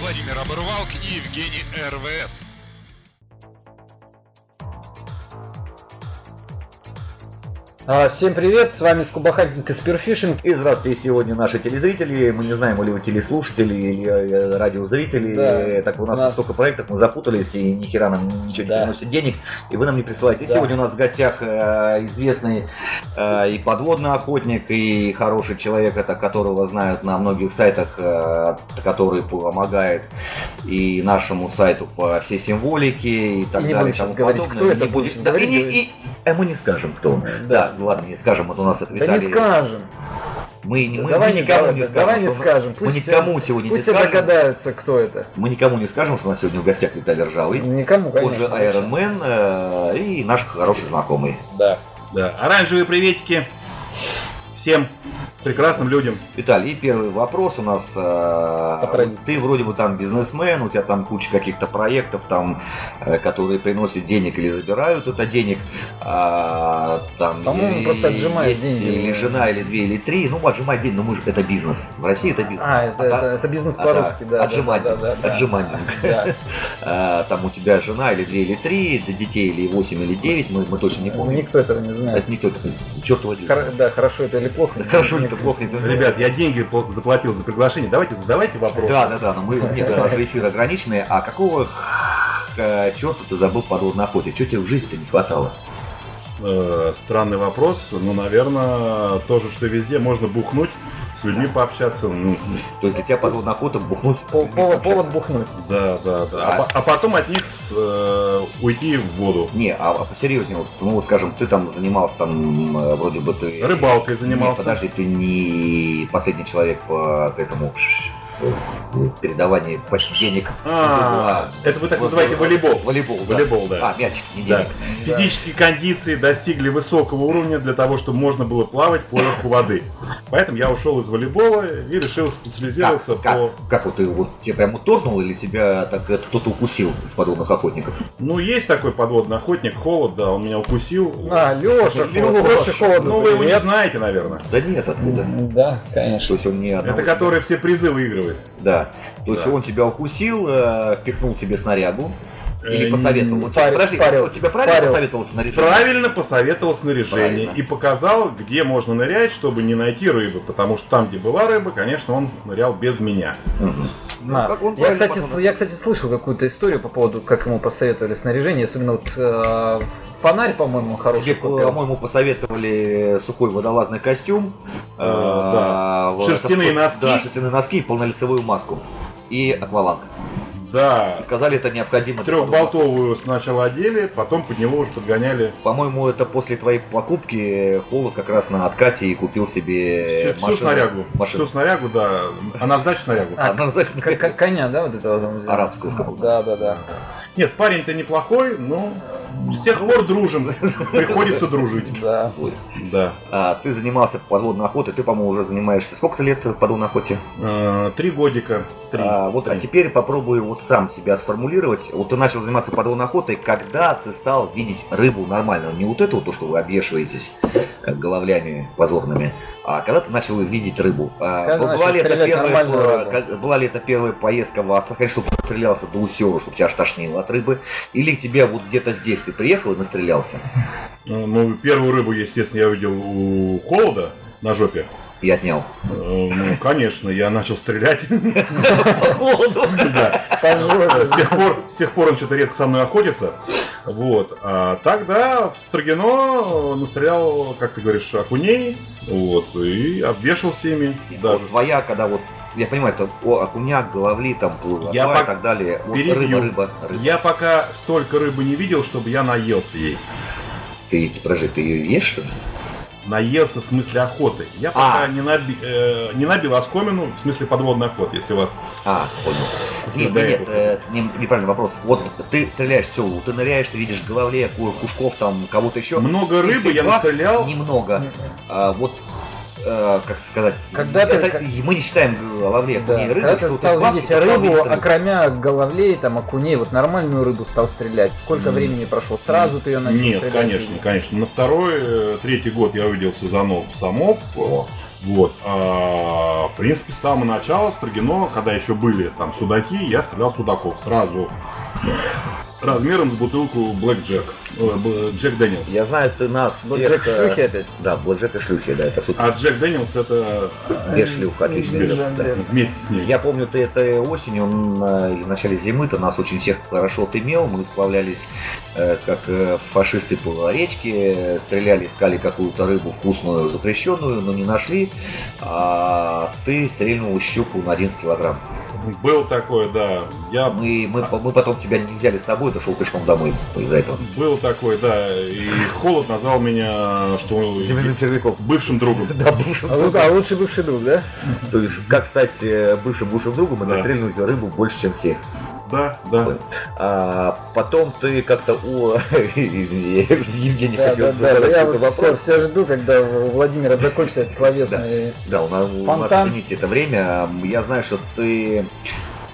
Владимир Оборвалк и Евгений РВС. А, Всем привет, с вами Скубахантинг и Спирфишинг. И здравствуйте сегодня наши телезрители. Мы не знаем, или вы телеслушатели, или э, радиозрители. Да. Так у нас, У нас- столько проектов, мы запутались, и ни хера нам ничего Да. не приносит денег, и вы нам не присылаете. И Да. Сегодня у нас в гостях э, известный э, и подводный охотник, и хороший человек, это которого знают на многих сайтах, э, который помогает и нашему сайту по всей символике и так И не далее. будем и щас тому говорить, подобное. кто это Не будет, будем- да, и не- говорить. и- э, мы не скажем, кто он. Да, ладно, не скажем, вот у нас это Да не Виталий. скажем. Мы, не- мы давай никому давай, не да, скажем. давай не что у нас- скажем. Пусть мы никому сегодня Пусть не все скажем. догадаются, кто это. Мы никому не скажем, что у нас сегодня в гостях Виталий Ржавый. Никому, Он же Ну, конечно. Iron Man э, и наш хороший знакомый. Да. Да, оранжевые приветики всем прекрасным людям. Виталий, и первый вопрос у нас. э, традиции. ты вроде бы там бизнесмен, у тебя там куча каких-то проектов, там, э, которые приносят денег или забирают это денег. а, там, По-моему, и- просто отжимает есть деньги. Или жена, или две, или три. Ну, отжимать деньги, но мы же, это бизнес. В России это бизнес. А, это, А, это, это бизнес по-русски, да. да, отжимать, да, да, да. отжимать. Да. А, там у тебя жена или две или три, д- детей или восемь или девять, мы, мы точно Ну, не помним. Никто этого не знает. Это не только, черт возьми. Хор- Да, хорошо это или плохо. Хорошо, не- это плохо. не понимаю. Ребят, я деньги пл- заплатил за приглашение. Давайте задавайте вопросы. Да, да, да, но мы, нет, наши эфиры ограниченные, а какого черта ты забыл в подводной охоте? Чего тебе в жизни-то не хватало? Э, странный вопрос. Ну, наверное, тоже, что везде можно бухнуть, с людьми пообщаться. Ну, То есть для тебя подводная охота бухнуть? Пол- Повод повод бухнуть. да, да, да. А, по- а потом от них с, э, уйти в воду. Не, а, а посерьезнее, вот, ну вот скажем, ты там занимался там, э, вроде бы ты... Рыбалкой Нет, занимался. подожди, ты не последний человек по к этому э, передаванию поч- денег. А, Да. это вы так Вот, называете вот, волейбол. Волейбол, да. Волейбол, да. А, мячик, не Да. денег. Физические кондиции достигли высокого уровня для того, чтобы можно было плавать поверху воды. Поэтому я ушел из волейбола и решил Как, специализироваться по... как, как вот ты вот тебе прямо торнул или тебя так это кто-то укусил из подобных охотников? Ну, есть такой подводный охотник, холод, да, он меня укусил. А, Леша, Лёша, Леша холодно. ну, вы его не знаете, наверное. Да нет, откуда? Да, конечно. То есть он не одного Это тебя- который все призы выигрывает. Да. То есть Да. он тебя укусил, э, впихнул тебе снарягу. Или Э, посоветовал. м, Вот тебе- парил, Подожди, парил, он тебя правильно парил. посоветовал снаряжать? Правильно посоветовал снаряжение Правильно. и показал, где можно нырять, чтобы не найти рыбы. Потому что там, где была рыба, конечно, он нырял без меня. Мгм. На. Ну, Как он я, правильно кстати, подумал. с- я, кстати, слышал какую-то историю по поводу, как ему посоветовали снаряжение, особенно вот э, фонарь, по-моему, хороший Тебе, купил. по-моему, посоветовали сухой водолазный костюм, Э, а, вот Шерстяные это- носки. да, шерстяные носки и полнолицевую маску. И акваланг. Да. Сказали, это необходимо. для подобного. Трехболтовую сначала одели, потом под него уже подгоняли По-моему, это после твоей покупки Холод как раз на откате и купил себе всю, всю снарягу. машину. э, Всю снарягу, да. Она значит снарягу. А, ну, значит, К- к- Коня, да, вот этого там взял? Арабскую с какого-то. Да, да, да. Нет, парень-то неплохой, но с тех пор дружим. Приходится Типа. дружить. Да. Ой. Да. А, ты занимался подводной охотой, ты, по-моему, уже занимаешься сколько лет подводной охоте? Э, Три годика. Три. А, вот, а Три. теперь попробую вот сам себя сформулировать. Вот ты начал заниматься подводной охотой, когда ты стал видеть рыбу нормально. Не вот эту, вот, то, что вы обвешиваетесь э, головлями позорными, а когда ты начал видеть рыбу. А, Когда была, начал ли это стрелять первая, нормальную э, рыбу? как- была ли это первая поездка в Астрахань, чтобы ты стрелялся до усера, чтобы тебя аж тошнило от рыбы? Или тебя вот где-то здесь ты приехал и настрелялся? Ну, ну, первую рыбу, естественно, я увидел у холода на жопе. И отнял. Э, Ну, конечно, я начал стрелять. Да. Пожалуйста. С тех пор, с тех пор он что-то редко со мной охотится. Вот. А тогда в Строгино настрелял, как ты говоришь, окуней. Вот. И обвешался ими. Даже. Вот твоя, когда вот я понимаю, это о, окуня, головли, там плывут, Я и пок- так далее. Вот рыба, перебью. рыба, рыба. Я пока столько рыбы не видел, чтобы я наелся ей. Ты, подожди, ты ее ешь? что ли? Наелся в смысле охоты. Я пока А. не, наби- э, не набил оскомину, в смысле подводный охот, если вас... А, понял. Нет, до нет, нет, этого. э, не- неправильный вопрос. Вот ты стреляешь все, ты ныряешь, ты видишь головле, ку- кушков, там, кого-то еще. Много И рыбы ты я прав, настрелял. Немного. А, вот, э, как сказать, Когда ты- это- как- и мы не считаем головле, Да, окуней, рыбы, Когда ну что ты ты стал бах, и видеть ты стал рыбу, видеть рыбу. окромя головлей, там, окуней, вот нормальную рыбу стал стрелять. Сколько М. времени прошло? Сразу ты ее начал Нет, стрелять? конечно, конечно. На второй, э, третий год я увидел сазанов, самов. э, Вот. А, в принципе, с самого начала в Строгино, когда еще были там судаки, я стрелял судаков сразу размером с бутылку Блэк Джек. э, Джек Дэниелс. Я знаю, ты нас Блэкджек всех, э, шлюхи опять. Да, Блэкджек и шлюхи, да, это суд. А Джек Дэниелс это Без шлюх, отлично. без идет, да. жандарм. вместе с ней. Я помню, ты этой осенью, м, э, или в начале зимы-то нас очень всех хорошо отымел. Мы сплавлялись, э, как э, фашисты по речке, э, стреляли, искали какую-то рыбу вкусную, запрещенную, но не нашли. А ты стрельнул щуку на 11 килограмм. Был такое, да. Я Мы, мы, мы потом тебя не взяли с собой, ты шел пешком домой из-за этого. был такой, да. И холод назвал меня, что Земляным червяком. бывшим другом. Да, бывшим А, лу- другом. а лучший бывший друг, да? То есть, как стать э, бывшим бывшим другом и Да. дострельнуть рыбу больше, чем все. Да, да. А потом ты как-то у... Извини, Евгений Да, хотел да, да. задать Я какой-то вот все, вопрос. все жду, когда у Владимира закончится этот словесный... Да, у нас, у нас, Фонтан. извините, это время. Я знаю, что ты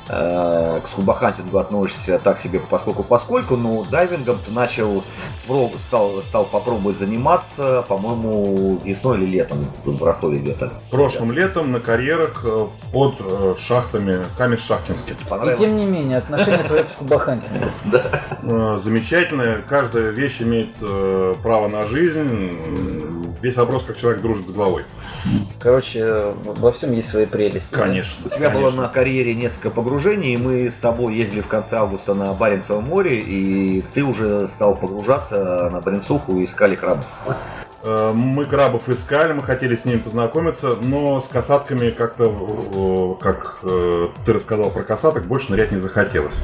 э, к скубахантингу относишься так себе поскольку поскольку, но дайвингом ты начал, про- стал, стал попробовать заниматься, по-моему, весной или летом в Ростове где-то. Прошлым летом на карьерах э, под э, шахтами Камень-Шахтинский. И Понравилось? тем не менее, отношение твое к Кубахантингу. Э, Замечательная. Каждая вещь имеет э, право на жизнь. Весь вопрос, как человек дружит с головой. Короче, э, во всем есть свои прелести. Конечно. У тебя конечно. было на карьере несколько погружений, и мы с тобой ездили в конце августа на Баренцевом море, и ты уже стал погружаться на Баренцуху и искали крабов. Э, Мы крабов искали, мы хотели с ними познакомиться, но с касатками как-то, э, как э, ты рассказал про касаток, больше нырять не захотелось.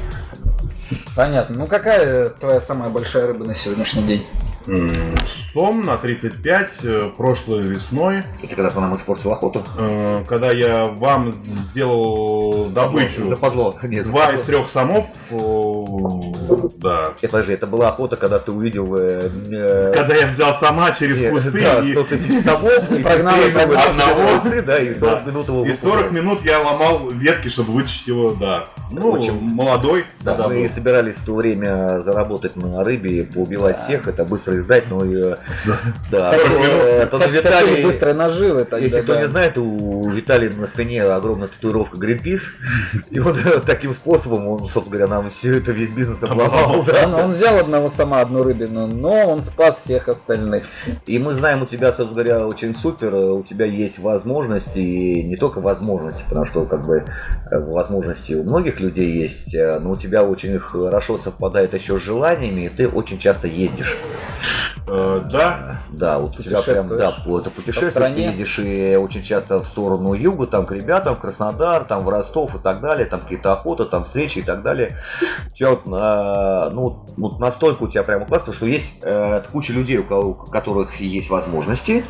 Понятно. Ну какая твоя самая большая рыба на сегодняшний день? М, Сом на 35 э, прошлой весной, Это когда ты нам испортил охоту. э, когда я вам сделал добычу Западло. Нет, два западло. из трех самов, э, да. Нет, подожди, это была охота, когда ты увидел... э, э, Когда я взял сама через нет, кусты да, и- 100 тысяч собов, и прогнал ты стрельнул одного. через кусты, да, и 40 Да. минут его и 40 выкупали. минут я ломал ветки, чтобы вытащить его, да. Ну, Очень. молодой. Да, да, мы был. собирались в то время заработать на рыбе, и поубивать всех, это быстро их сдать, но... и, э, Да, Кстати, ну, э, то на как- Виталии- какие быстрые наживы тогда, Если кто да. не знает, у Виталия на спине огромная татуировка Greenpeace. И он э, таким способом, он, собственно говоря, нам все это весь бизнес обломал. да. Он, он взял одного сама одну рыбину, но он спас всех остальных. И мы знаем, у тебя, собственно говоря, очень супер. э, У тебя есть возможности, и не только возможности, потому что как бы э, возможности у многих людей есть, э, но у тебя очень хорошо совпадает еще с желаниями, и ты очень часто ездишь. Э, да, Да, вот у тебя прям, Путешествуешь. да, по- это путешествие, ты стране. едешь и очень часто в сторону юга, там к ребятам, в Краснодар, там в Ростов и так далее, там какие-то охоты, там встречи и так далее. У тебя вот, а, ну, вот настолько у тебя прямо класс, потому что есть э, куча людей, у, кого, у которых есть возможности,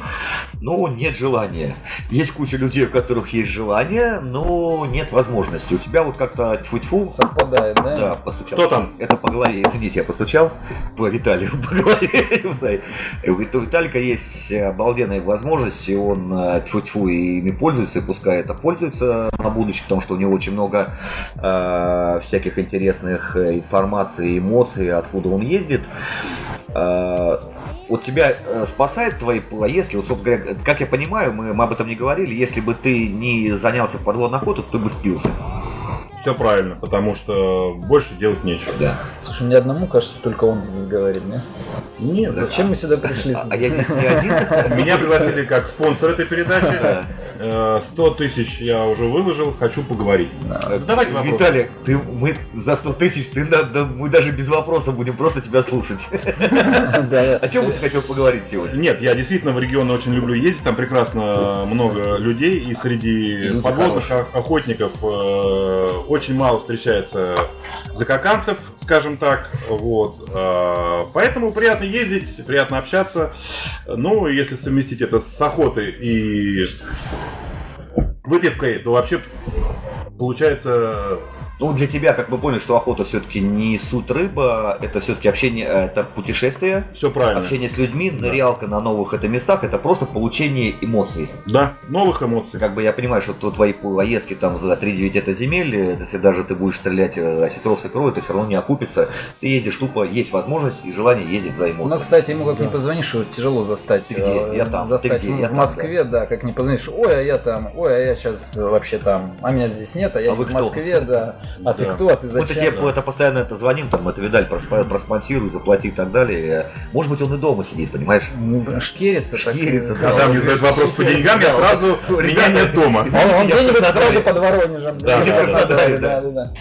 но нет желания. Есть куча людей, у которых есть желание, но нет возможности. У тебя вот как-то тьфу-тьфу, Совпадает, да? да, постучал. кто там? Это по голове, извините, я постучал по Виталию, по голове. не знаю. У Вит- у Виталика есть обалденные возможности, он э, тьфу-тьфу и ими пользуется, и пускай это пользуется на будущее, потому что у него очень много э, всяких интересных э, информаций, эмоций, откуда он ездит. Э, вот тебя э, спасает твои поездки, вот, собственно говоря, как я понимаю, мы, мы об этом не говорили, если бы ты не занялся подводной охотой, то ты бы спился. Все правильно, потому что больше делать нечего. Да. Слушай, мне одному кажется, что только он здесь говорит, да? Нет, Зачем мы сюда пришли? А, а я здесь не один. Меня пригласили как спонсор этой передачи. Да. Э, 100 тысяч я уже выложил, хочу поговорить. А, Задавайте вопросы. Виталий, ты, мы за 100 тысяч, ты, на- да, мы даже без вопроса будем просто тебя слушать. Да, О чем бы ты хотел поговорить сегодня? Нет, я действительно в регионы очень люблю ездить, там прекрасно много людей, и И люди среди подводных ох- охотников э, очень мало встречается закаканцев, скажем так, вот. Э, Поэтому приятно ездить, приятно общаться. Ну, и если совместить это с охотой и выпивкой, то вообще получается Ну, для тебя, как мы поняли, что охота все-таки не суд рыба, это все-таки общение, э, это путешествие, Все правильно. общение с людьми, нырялка на новых это местах, это просто получение эмоций. Да, новых эмоций. Как бы я понимаю, что то твои поездки там за 3-9 это земель, э, если даже ты будешь стрелять э, осетров с икрой, это все равно не окупится. Ты ездишь тупо, есть возможность и желание ездить за эмоции. Но, Ну, кстати, ему как Да. не позвонишь, его тяжело застать. Ты где? э, Я там. Ты Застать где? в, Я в там, Москве, да. как не позвонишь. Ой, а я там, ой, а я сейчас вообще там, а меня здесь нет, а я А вы в кто? Москве, да. А ты Да. кто, а ты Вот зачем? это тебе это постоянно это звоним, там, это, видаль, проспо- проспонсируй, заплати и так далее. Может быть, он и дома сидит, понимаешь? М, Ну, Шкерится. так, Шкерится, э, да. Когда мне задают вопрос по деньгам, я сразу... Меня нет А дома. он Извините, я в где-нибудь Краснодаре. сразу под Воронежем. Да, Или в да, да, Краснодаре, да. да, да.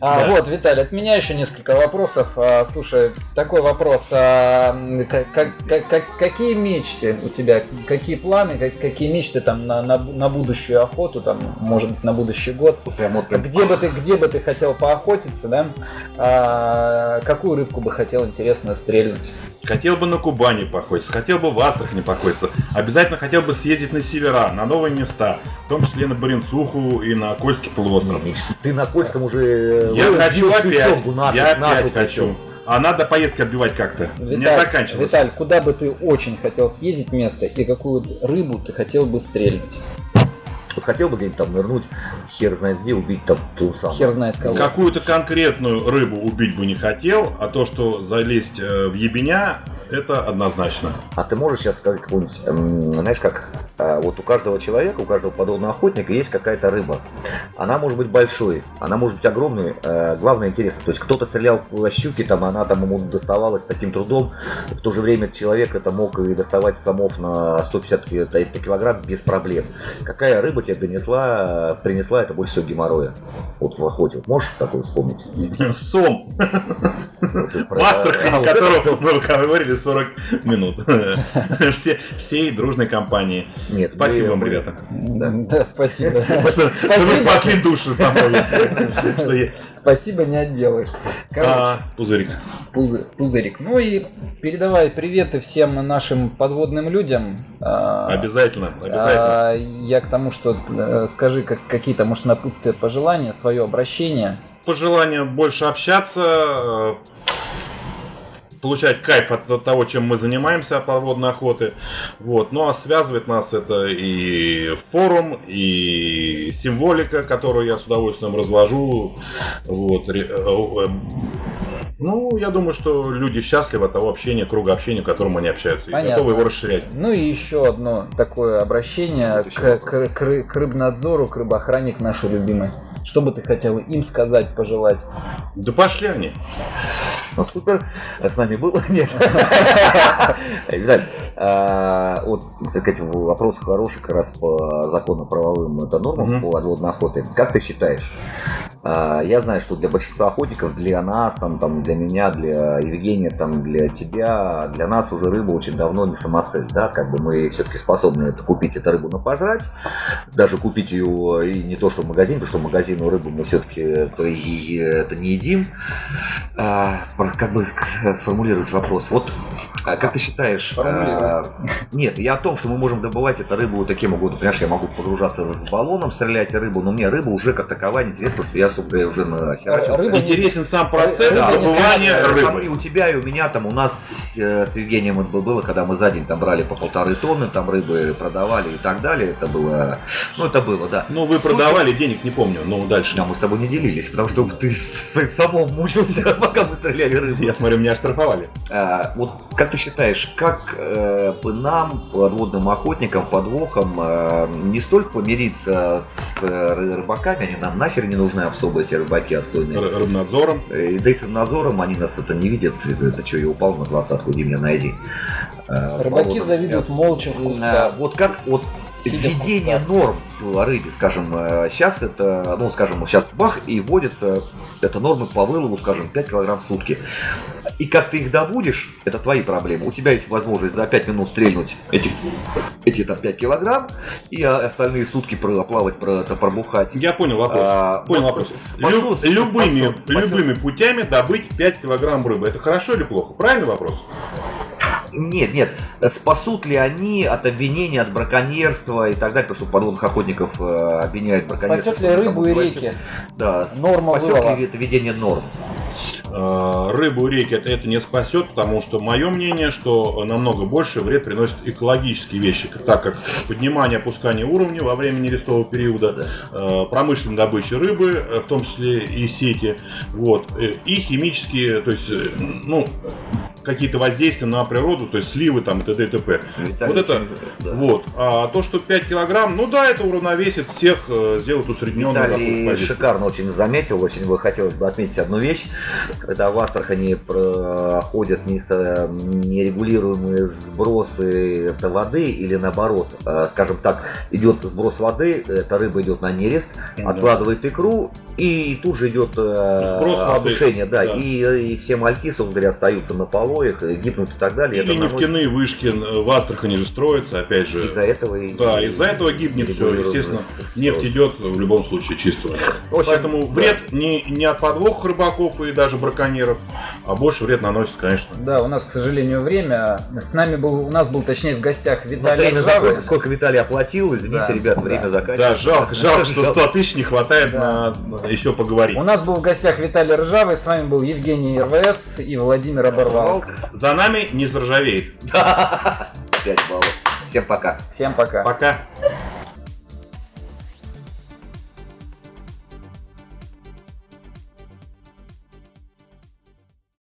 А, Да. Вот, Виталий, от меня еще несколько вопросов. А, слушай, такой вопрос. а, м, как- как- как- как- какие мечты у тебя? Какие планы, как- какие мечты там на, на, на будущую охоту, там, может быть, на будущий год? Вот Прям вот прям. Где бы ты, где бы ты хотел поохотиться, да? А, какую рыбку бы хотел интересно стрельнуть? Хотел бы на Кубани походиться, хотел бы в Астрахани походиться. Обязательно хотел бы съездить на севера, на новые места. В том числе на Баренцуху и на Кольский полуостров. Ты на Кольском уже... Я вырубил хочу всю опять. сёмгу нашу, я опять нашу хочу. А надо поездки отбивать как-то. У меня Виталь, заканчивалось. Виталь, куда бы ты очень хотел съездить место и какую рыбу ты хотел бы стрельнуть? Вот хотел бы где-нибудь там нырнуть, хер знает где, убить там ту самую. Хер знает кого. Какую-то конкретную рыбу убить бы не хотел, а то, что залезть э, в ебеня, это однозначно. А ты можешь сейчас сказать какую-нибудь, эм, знаешь как, э, вот у каждого человека, у каждого подобного охотника есть какая-то рыба. Она может быть большой, она может быть огромной, э, главное интересно. То есть кто-то стрелял в щуки, там она там ему доставалась таким трудом, в то же время человек это мог и доставать самов на 150 ки- та- килограмм без проблем. Какая рыба тебе донесла, э, принесла это больше всего геморроя? Вот в охоте. Вот Можешь такое вспомнить? Сом. Ты про- Астрахань, Вот это которого всё. мы говорили 40 минут. Все- Всей дружной компании. Нет, Спасибо мы- вам, мы- ребята. Да, спасибо. Что Вы Спасибо. спасли души со мной. если- что я- Спасибо, не отделаешься. Короче, А, Пузырик. пузы- пузырик. Ну и передавай приветы всем нашим подводным людям. А, Обязательно, обязательно. а, Я к тому, что э, скажи как- какие-то, может, напутствия, пожелания, свое обращение. Пожелание больше общаться, э, получать кайф от от того, чем мы занимаемся, от подводной охоты. Вот. Ну а связывает нас это и форум, и символика, которую я с удовольствием разложу. Вот. Ре- э, э, Ну, я думаю, что люди счастливы от того общения, круга общения, в котором они общаются, и Понятно. готовы его расширять. Ну и еще одно такое обращение Вот еще к, вопрос. к- к ры- к рыбнадзору, к рыбоохранник нашей любимой. Что бы ты хотел им сказать, пожелать? Да пошли они. Ну, супер. С нами было? Нет. Виталь, а, вот, кстати, к этим вопрос хороший как раз по законно-правовым это нормам Мгм. по подводной охоте. Как ты считаешь? а, Я знаю, что для большинства охотников, для нас, там, там, для меня, для Евгения, там, для тебя, для нас уже рыба очень давно не самоцель, да, как бы мы все-таки способны это купить эту рыбу на пожрать, даже купить ее и не то, что в магазин, потому что в магазинную рыбу мы все-таки это, и- это не едим. А, про- как бы ск- сформулировать вопрос? Вот а, как ты считаешь? Формулируй. а, нет, я о том, что мы можем добывать эту рыбу таким угодно. Понимаешь, я могу погружаться с баллоном, стрелять рыбу, но мне рыба уже как такова не интересна, потому что я особо уже нахерачился. Рыба не- Интересен сам процесс Рыба не добывания Э, рыбы. Смотри, у тебя и у меня там, у нас э, с Евгением это было, когда мы за день там брали по полторы тонны, там рыбы продавали и так далее. Это было, ну это было, да. Ну, вы Сколько- продавали, денег не помню, но Да, дальше. мы с тобой не делились, потому что ты с- самому мучился, пока мы стреляли рыбу. Я смотрю, меня оштрафовали. А, вот как ты считаешь, как э, бы нам, подводным охотникам, подвохам, э, не столько помириться с э, ры- рыбаками, они нам нахер не нужны особо, эти рыбаки отстойные. Р- Рыбнадзором. Э, И да и с надзором они нас это не видят. Это что, я упал на двадцатку, иди меня найди. Э, с Рыбаки болотом. завидуют молча в Э, кустах. Вот как вот Сидя в введение кустах. норм в рыбе, скажем, сейчас это, ну, скажем, сейчас бах, и вводится это нормы по вылову, скажем, 5 килограмм в сутки. И как ты их добудешь, это твои проблемы. У тебя есть возможность за 5 минут стрельнуть эти, эти там 5 килограмм, и а, остальные сутки проплавать, про, это пробухать. Я понял вопрос. А, понял вот вопрос. спасу- Лю- спасу- любыми, спасу- любыми путями добыть 5 килограмм рыбы. Это хорошо или плохо? Правильный вопрос? Нет, нет. Э, Спасут ли они от обвинения, от браконьерства и так далее, потому что подводных охотников э, обвиняют в браконьерстве. Спасет ли рыбу и Говорит, реки? Да, Норма спасет вылова? ли это введение норм? Э, рыбу и реки это, это не спасет, потому что мое мнение, что намного больше вред приносят экологические вещи, к- так как поднимание, опускание уровня во время нерестового периода, э, промышленная добыча рыбы, э, в том числе и сети, вот, э, и химические, то есть, э, ну, какие-то воздействия на природу, то есть сливы там и т.д. и т.п. Виталий Вот это- очень любит, да. Вот. А то, что 5 килограмм, ну да, это уравновесит всех, э, сделает усредненную такую Виталий позицию. шикарно очень заметил, очень бы хотелось бы отметить одну вещь. Когда в Астрахани проходят несо- нерегулируемые сбросы это воды или наоборот, э, скажем так, идет сброс воды, эта рыба идет на нерест, откладывает икру и тут же идет э, Сброс воды. обрушение, да, Да. И, и все мальки, собственно говоря, остаются на полоях, э, гибнут и так далее. Или Это наносит- нефтяные вышки э, в Астрахани же строятся, опять же. Из-за этого и- Да, из-за этого гибнет все, нерегулируемые естественно. сбросы. Нефть идет в любом случае чистого. Поэтому да. вред не, не от подвох рыбаков и даже браконьеров, а больше вред наносит, конечно. Да, у нас, к сожалению, время. С нами был, у нас был, точнее, в гостях У нас Виталий время Ржавый. закончилось. Сколько Виталий оплатил, извините, Да, ребят, да. время Да, заканчивается. жалко, жалко, что Жалко. 100 тысяч не хватает на еще поговорить. У нас был в гостях Виталий Ржавый, с вами был Евгений РВС и Владимир Оборвал. За нами не заржавеет. Пять баллов. Всем пока. Всем пока. Пока.